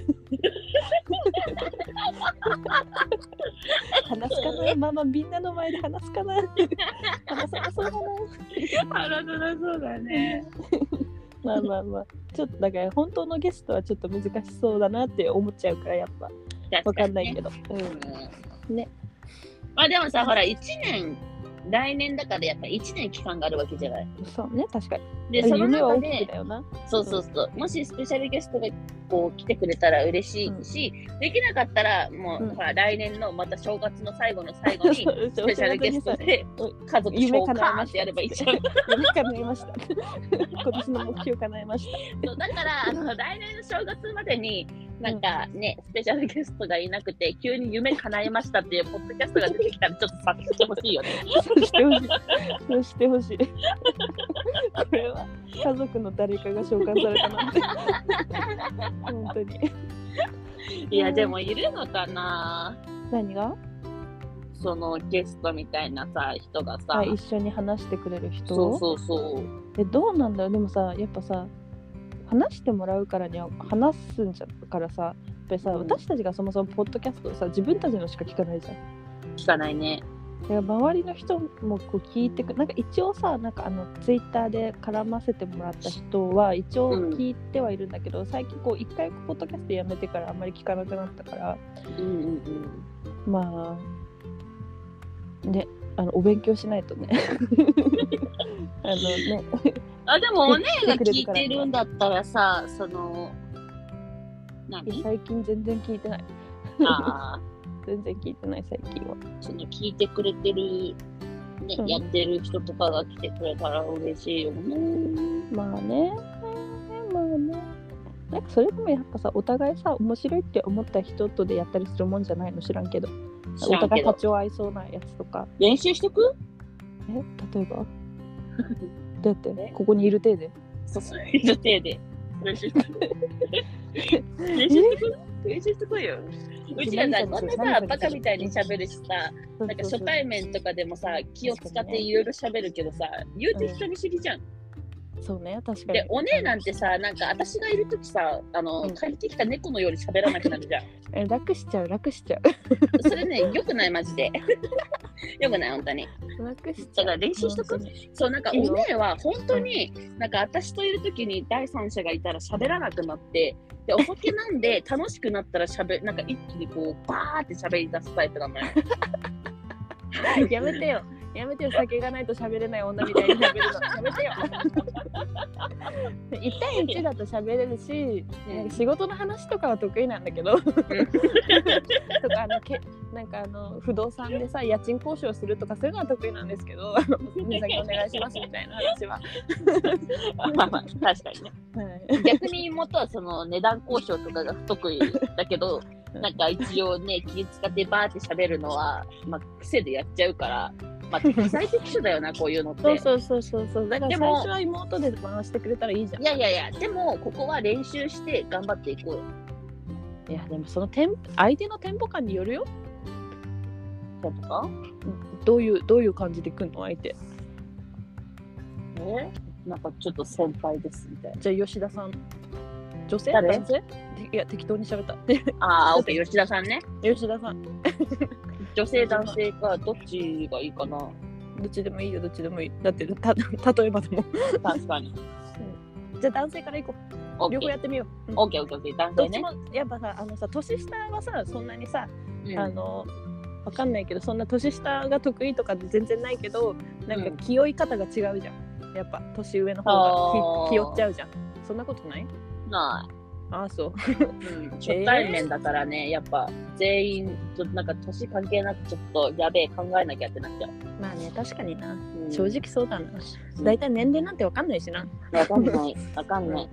話すかなママみんなの前で話すかな話さなそうだな腹立たそうだね。まあまあまあちょっとだから本当のゲストはちょっと難しそうだなって思っちゃうからやっぱわかんないけど、うんうんね。まあでもさ、ほら、1年、来年だからやっぱ1年期間があるわけじゃない。そうね確かにで、その夢は大中きくで、だよなそうそうそう、もしスペシャルゲストがこう来てくれたら嬉しいし、できなかったら、もう、うんほら、来年のまた正月の最後の最後に、ススペシャルゲス トで家族夢紹叶え介まっしてたやればいいじゃん。夢叶いました 今年の目標叶えましたそうだからあの来年の正月までになんかね、スペシャルゲストがいなくて急に夢叶えましたっていうポッドキャストが出てきたらちょっと察してほしいよね。そうしてほしい。そうしてほしい。こ れは家族の誰かが召喚された なんて。本当に。いやでもいるのかな何が？そのゲストみたいなさ人がさ、あ一緒に話してくれる人。そうそうそうえどうなんだよ。でもさ、やっぱさ、話してもらうからには話すんじゃからさ、やっぱりさ、うん私たちがそもそもポッドキャストをさ、自分たちのしか聞かないじゃん。聞かないね。だから周りの人もこう聞いてくなんか一応さなんかあのツイッターで絡ませてもらった人は一応うん聞いてはいるんだけど、最近こう一回ポッドキャストやめてからあんまり聞かなくなったからうんうんまあねあのお勉強しないとねあのねうん。あでもお姉が聞いてるんだったらさその 何最近全然聞いてないあ全然聞いてない最近はーその聞いてくれてる、ねうんやってる人とかが来てくれたら嬉しいよね。まあねまあねなんかそれでもやっぱさお互いさ面白いって思った人とでやったりするもんじゃないの知らんけど知おらん互けい立どちを合いそうなやつとか練習しとくえ例えば どうやってえここにいる体でそうそう、の手で。練習しとく。練習しと く練習しとくよ。うちらさ、こんなさ、バカみたいに喋るしさ、なんか初対面とかでもさ、気を使っていろいろ喋るけどさ、言うて人見知りじゃん。そうね確かにで、お姉なんてさ、なんか私がいるときさ、あの、うん借りてきた猫のように喋らなくな るじゃん。え楽しちゃう楽しちゃ それね、よくない、マジで。 よくない、本当に。う楽しちゃだうから練習しとくそうそう、なんかいいよお姉は本当に、なんか私といるときに第三者がいたら喋らなくなって、で、お酒 飲んで楽しくなったら喋、なんか一気にこう、バーって喋り出すタイプなの よ。ねやめてよやめてよ酒がないと喋れない女みたいに喋るのやめ てよ一対一だと喋れるし、 なんか仕事の話とかは得意なんだけどとかあのけなんかあの不動産でさ家賃交渉するとかそういうのは得意なんですけどあの水先お願いしますみたいな話は、まあまあ、確かにね。はい、逆に妹はその値段交渉とかが不得意だけど、なんか一応ね、気使ってバーって喋るのは、まあ、癖でやっちゃうから、まあ、適材適所だ よな、こういうのって。 そうそうそうそうそう。だからで最も初は妹で回してくれたらいいじゃん。いやいやいや、でも、ここは練習して頑張っていこうよ。いやでもそのテン相手のテンポ感によるよ。そうとかどういうどういう感じで来んの相手。えなんかちょっと先輩ですみたいな。じゃあ吉田さん。女性誰男性ていや適当に喋った。でああ、オッケー、吉田さんね。吉田さん。女性、男性か、どっちがいいかな。どっちでもいいよどっちでもいい。だってた 例えばでも。確かに。じゃあ男性から行こう。オッ両ケ方ー、やってみよう。うんオッケー、オッケー、男ど性っちね。もやっぱさあのさ年下はさそんなにさ、うんあのわかんないけどそんな年下が得意とか全然ないけどなんかうん気負い方が違うじゃん、やっぱ年上の方あがー気気負っちゃうじゃんそんなことないなああそうい、うん、初対面だからね、やっぱ全員ちょっとなんか年関係なくちょっとやべえ考えなきゃってなっちゃう、まあね確かになうん、正直そうだな、大体年齢なんてわかんないしな、わかんないわかんない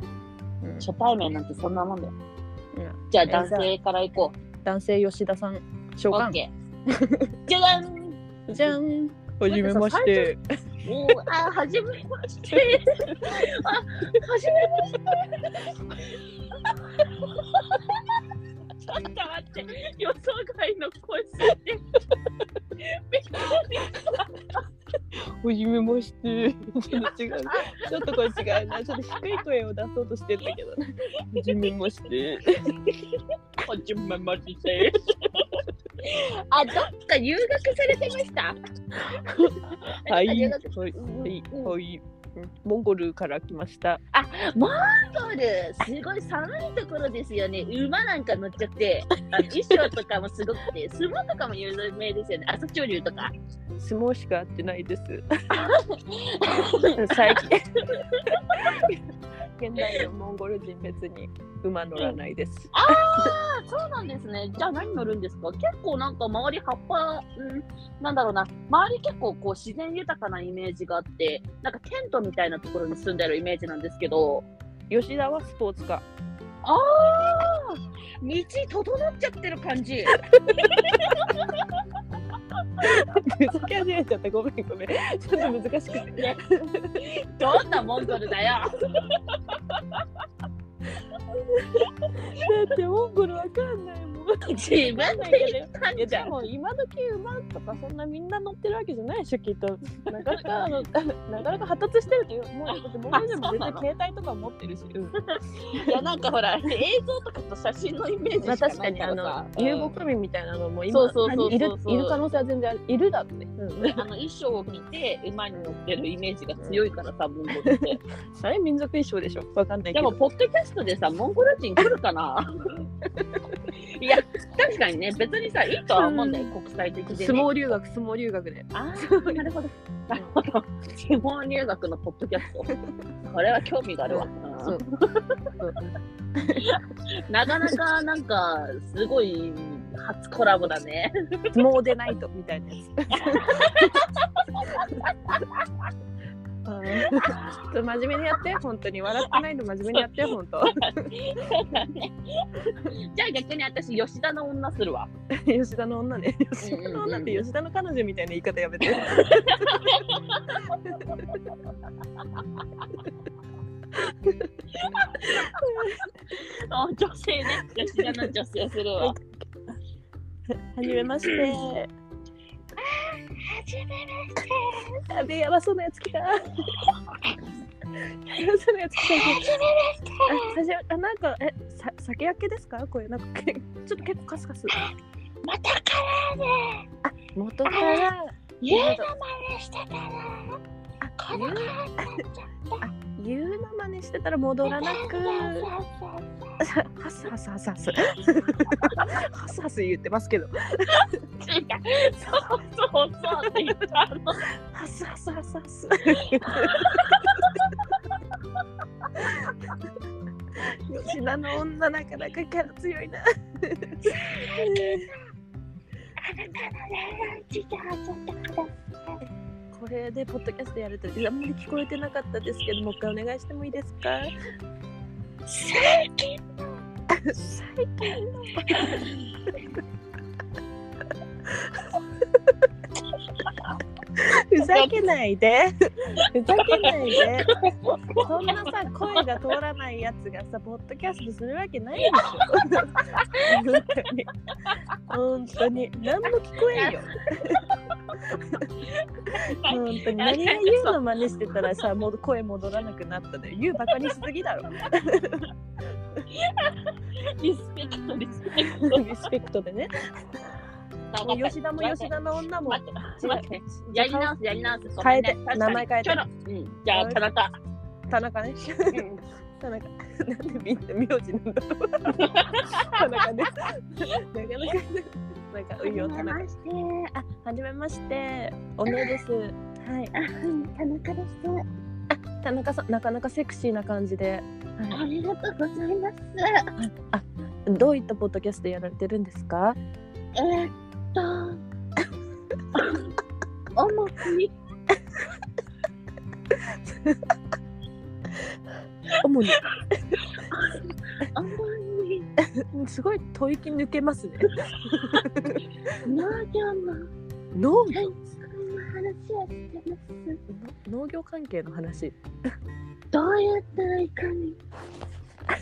うん初対面なんてそんなもんだようんじゃあ男性から行こう男性吉田さん召オッ喚ケーじゃじゃんじゃんはじめましておーあ、はじめ まして。あ、はじめまして。ちょっと待って、予想外の声すぎ て。はじめましてちょっと違うちょっとこれ違うなちょっと低い声を出そうとしてんだけ どなはじめましてはじめまして。あ、どっか留学されてました。はいあはりいがとうはいうんうんはいモンゴルから来ましたモンゴル、すごい寒いところですよね。馬なんか乗っちゃって、あ の衣装とかもすごくて、相撲とかも有名ですよね。朝潮流とか。相撲しか会ってない です最近現代のモンゴル人別に馬乗らないですあそうなんですね。じゃあ何乗るんですか結構なんか周り葉っぱ、うん、なんだろうな、周り結構こう自然豊かなイメージがあって、なんかテントみたいなところに住んでるイメージなんですけど、吉田はスポーツカああ道整っちゃってる感じ。ーふざけ始めちゃったごめんご めんちょっと難しくて どんなモンゴルだよ。だってモンゴルわかんないもん。 自分で言ったんいやじでゃん。も今時馬とかそんなみんな乗ってるわけじゃないでしょきっとなかなかあのなかなか発達してるっていうもうだってモンゴルでも全然携帯とか持ってるし、うんいやなんかほら、映像とかと写真のイメージまあしか確なかいにかあらのさ。遊うん牧民みたいなのも今そうそうそうそういるいる可能性は全然あるいるだって、うん、あの衣装を着て馬に乗ってるイメージが強いからさ、モンゴル って。あれ民族衣装でしょわかんないでけども、ポッドキャストでさ、モンゴル人来るか ないや、確かにね、別にさ、いいとは思うんだよ、国際的で、相ね。撲留学相撲留学でああ、なるほど。なるほど。相撲入学のポッドキ ャスト。これは興味があるわ。うんそうなかなか、なんか、すごい、初コラボだね。相撲でないとみたいなやつあー ちょっと真面目にやって本当に笑ってないの真面目にやって本当 そうだね じゃあ逆に私、吉田の女するわ。吉田の女ね吉田の女って吉田の彼女みたいな言い方やめてあ女性ね。吉田の女性するわ。は はじめましてじめやべえやばそうなやつ来た。や ばそうなやつ来た。あはじめあなんかえさ酒焼けですか？これなんかけちょっと結構カスカス。元からね、元から家の真似してたら、あ言うあ言うの真似してたら戻らなく。ハスハスハスハス。 ハスハス言ってますけど。そうそうそうって言ったの。ハスハスハスハ ス。吉田の女なかなかキャラ強いな。 あなたの恋愛事情ちょっとください。これでポッドキャストやるとあんまり聞こえてなかったですけどもう一回お願いしてもいいですか最近最近の ふざけない でふざけない でそんなさ声が通らないやつがさポッドキャストするわけないで しょ本当に本当に何も聞こえんよ本当に何が言うの真似してたらさもう声戻らなくなったで言うバカにしすぎだ ろリスペクトリスペクリスペクトでねト。もう吉田も吉田の女も待って待って。やり直すやり直す。変えてごめんね名前変えて。ちょろうんじゃあ田中。田中ね田中 なんでみんな名字なんだろう田中ねなかなかなんか、ういよ、田中。して。あ、はじめまして。おねです。はい。あ、田中です。田中さん、なかなかセクシーな感じで。はありがとうございます。い。どういったポッドキャストやられてるんですか。えーっと。 主に。主に。主に。すごい吐息抜けますね。農業の。農はい。業。そんな話をしてます。農業関係の話。どうやったらいかに。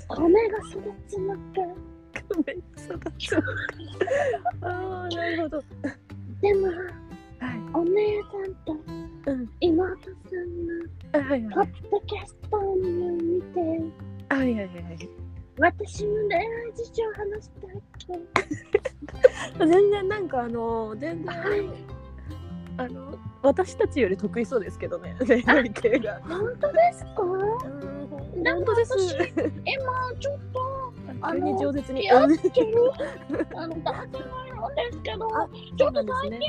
米が育つのか。めっちゃ立つ。ああ、なるほど。でも。はい。お姉さんと。うん。妹さんの。あはいはいポはッドキャストを見て。い。はいはいはいはい。私の恋愛事情を話したいけ。全然なんかあの全然はい。あの私たちより得意そうですけどね恋愛系が。本当ですか。うんなん本か当です。私今ちょっと。あ急のに饒舌に。やあってるあの男性なんですけど、ちょっと最近、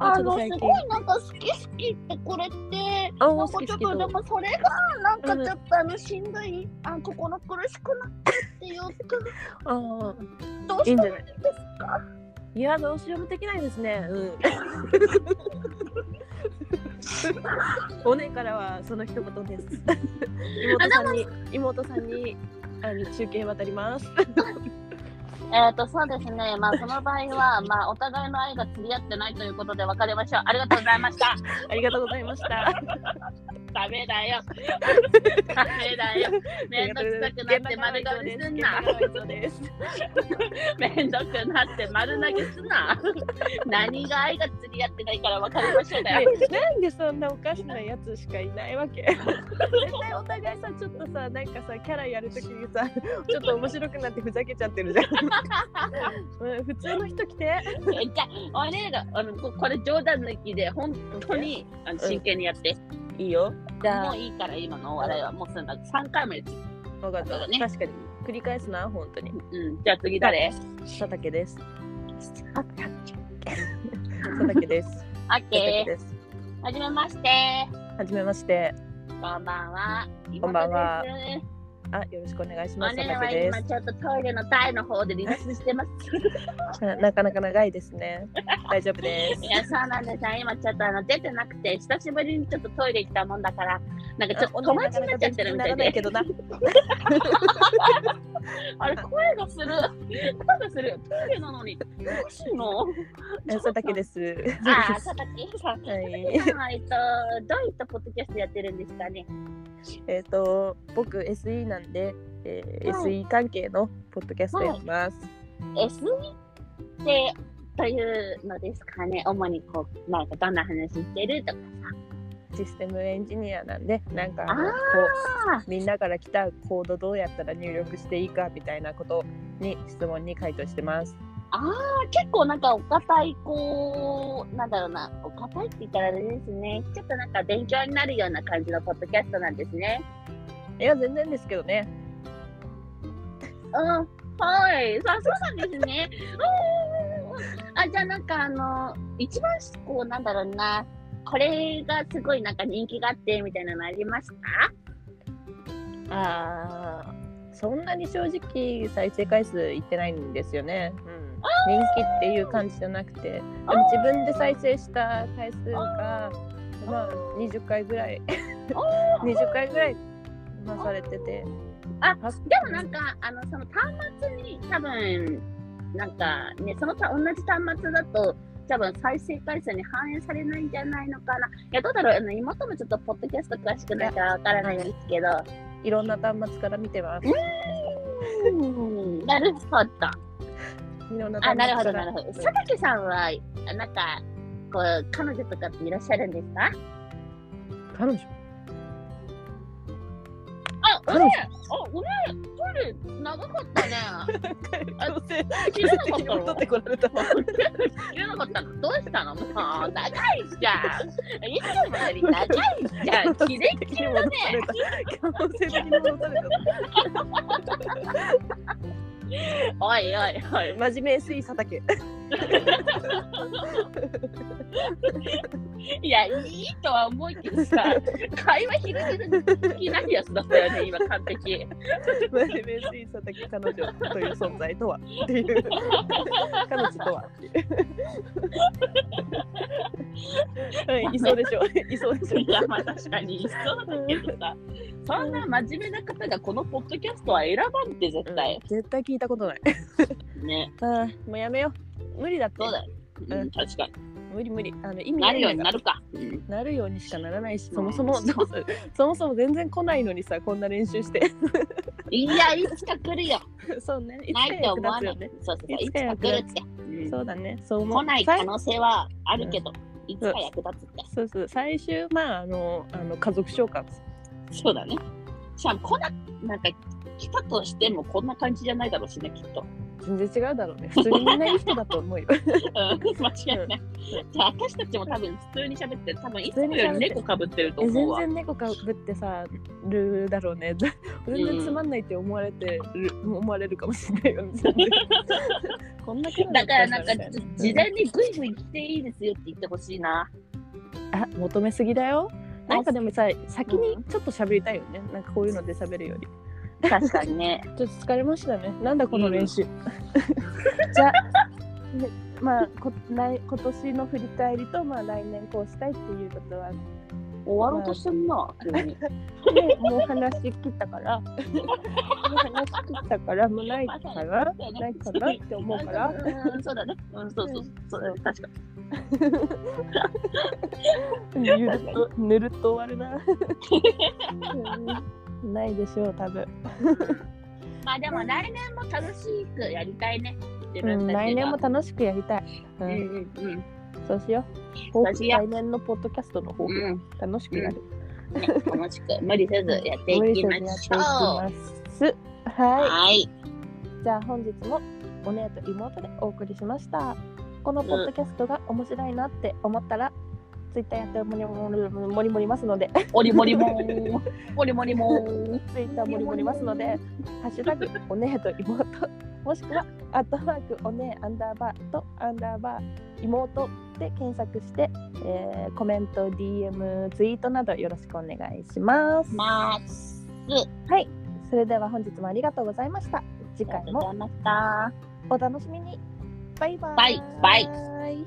ああちょっとの最す近ごいなんか好き好きってこれって、あな好んかきち好ょっきとでと。もそれがなんかちょっとあのしんどい、あ心苦しくなってっていうか、あどういいしんたじゃならいいいですかいやどうしようもできないですね。うん。お姉からはその一言です。妹さんに妹さんにあの中継渡り ます。えっ、と、そうですね、まあその場合は、まあお互いの愛が釣り合ってないということで別れましょう。ありがとうございま した。ありがとうございました。ダメだ よ。ダメだよ。めんどくさくなって丸取りすんな。めんどくなって丸投げす な。何が愛が釣り合ってないから分かりましょうだよ。なんでそんなおかしなやつしかいないわ け絶対お互いさちょっとさなんかさキャラやるときにさ ちょっと面白くなってふざけちゃってるじゃん、う ん、普通の人来てじゃあ、お姉があのここれ冗談抜きで本当にあの真剣にやって、いいよじゃもういいから今のお笑いはもうすんな3回目です。あ分かったそうだね確かに繰り返すな本当にうん、じゃあ次誰佐竹です佐竹ですオッ佐竹ケですー。はじめまして。はじめましてこんばんは。こんばんは妹です。あよろしくお願いしおます姉佐は竹で今ちょっとトイレのタイの方で離脱して ます。すななかなか長いですね大丈夫ですいや、そうなんですよ。今ちょっとあの出てなくて、久しぶりにちょっとトイレ行ったもんだから、なんかちょっと友達になっちゃってるみたなかなかいででき。ならないけどあれ、声がする。声がする。トイレなのに。どうし んのな佐竹 ですああ、佐々木さん。はい佐々木さんはえっと、どういったポッドキャストやってるんですかね。えっ、と僕 SE なんで、えーはい SE 関係のポッドキャストやってます。 SE って、というのですかね。主にこう、なんかどんな話してるとか。システムエンジニアなんでなんかああのこあうみんなから来たコードどうやったら入力していいかみたいなことに質問に回答してます。あ、結構なんかお堅い、こう、なんだろうな、お堅いって言ったらあれですね。ちょっとなんか勉強になるような感じのポッドキャストなんですね。いや全然ですけどね。うん、はい、さそうなんですね。うんあ、じゃあなんかあの、一番こうなんだろうな、これがすごいなんか人気があってみたいなのありますかああそんなに正直再生回数いってないんですよね。うん、人気っていう感じじゃなくてでも自分で再生した回数がまあ20回ぐらい 20回ぐらいまあされてて。ああでもなんか、あの、その端末に多分、なんかね、その他同じ端末だと、多分再生回数に反映されないんじゃないのかな。いや、どうだろう、あの妹もちょっとポッドキャスト詳しくないからわからないんですけど。いろんな端末から見てます。うん、なるほど。いろんなあ、端なるほ末かど、らなるほど。佐竹さんは、なんか、こう、彼女とかっていらっしゃるんですか彼女あ、お彼ね女え、あ、おねえ、トイレ長かったね。 強制切れなかったのこられたわ。切れなかったのどうしたのもう、長いじゃん。いつもより長いじゃん。切れ的に 戻された。強制的に戻された。おいおいおい。真面目水佐竹。いや、いいとは思いけどさ、会話広げる好きないやつだったよね、今、完璧。真面目水佐竹彼女という存在とはっていう彼女とはっていうはいいそうでしょういそうでしょういや、まあ確かに、そうだけどさ、そんな真面目な方がこのポッドキャストは選ばんって、絶対。絶対聞いたことないね、あーもうやめよう無理だってそうだよ。ううんん、確かに。無理無理あの意味なるようにななからいるか。うんなるようにしかならないしうんそもそも、そうそもそも全然来ないのにさこんな練習していや、いつか来るよ。そうねいつなかいと役思わ立つよないね。そうそうそう、いいつつかか来役る立つって。うんそうだねそう思う来ないさい可能性はあるけど、いつか役立つって。そうそう最終まああのあの家族召喚そうだね。しかも、こんな、なんか、来たとしてもこんな感じじゃないだろうしね、きっと。全然違うだろうね普通にみんないい人だと 思うようん間違いない。じゃあ、私たちも多分普通に喋ってる、多分いつもより猫かぶってるとえ思う全わ。然猫かぶってさるだろう ね全然つまんないって思われてる、思われるかもしれないよねこんなことだからなんか時う代にグイグイ来ていいですよって言ってほしいな。あ求めすぎだよなんかでもさ先にちょっと喋りたいよねなんかこういうので喋るより確かにね ち。ょっと疲れましたねなんだこの練習、 じゃあねまあこ来今年の振り返りとまあ来年こうしたいっていうことは終わろうとしてんな、急に。でもう話し切ったから、もう話し切ったから、もうないか な、ないかなって思うから、うん、そうだね。うん、そうそう、そうだね。確かに。ぬるっと、ぬるっと終わるな。うんないでしょう、多分。まあでも来年も楽しくやりたいね。う自分ん、たちが来年も楽しくやりたい。ううんん、うんうん。そうしよう。抱負そうしよう来年のポッドキャストの方うん楽しくやる。ね、楽しく無理せずやってい無理きせずまやっていしきょう。ます。ははい、い、じゃあ本日もお姉と妹でお送りしました。このポッドキャストが面白いなって思ったら、ツイッターやってもりもりもりもりますので。おりもりもーん、おりもりもーん。ツイッターもりもりますの で、ハッシュタグお姉と妹、もしくはアットマークお姉アンダーバーとアンダーバー妹で検索して、えーコメント、DM、ツイートなどよろしくお願いします。まーす。はい、それでは本日もありがとうございました。次あ回りがとうもございました。お楽しみに。バイバイ。バイバイ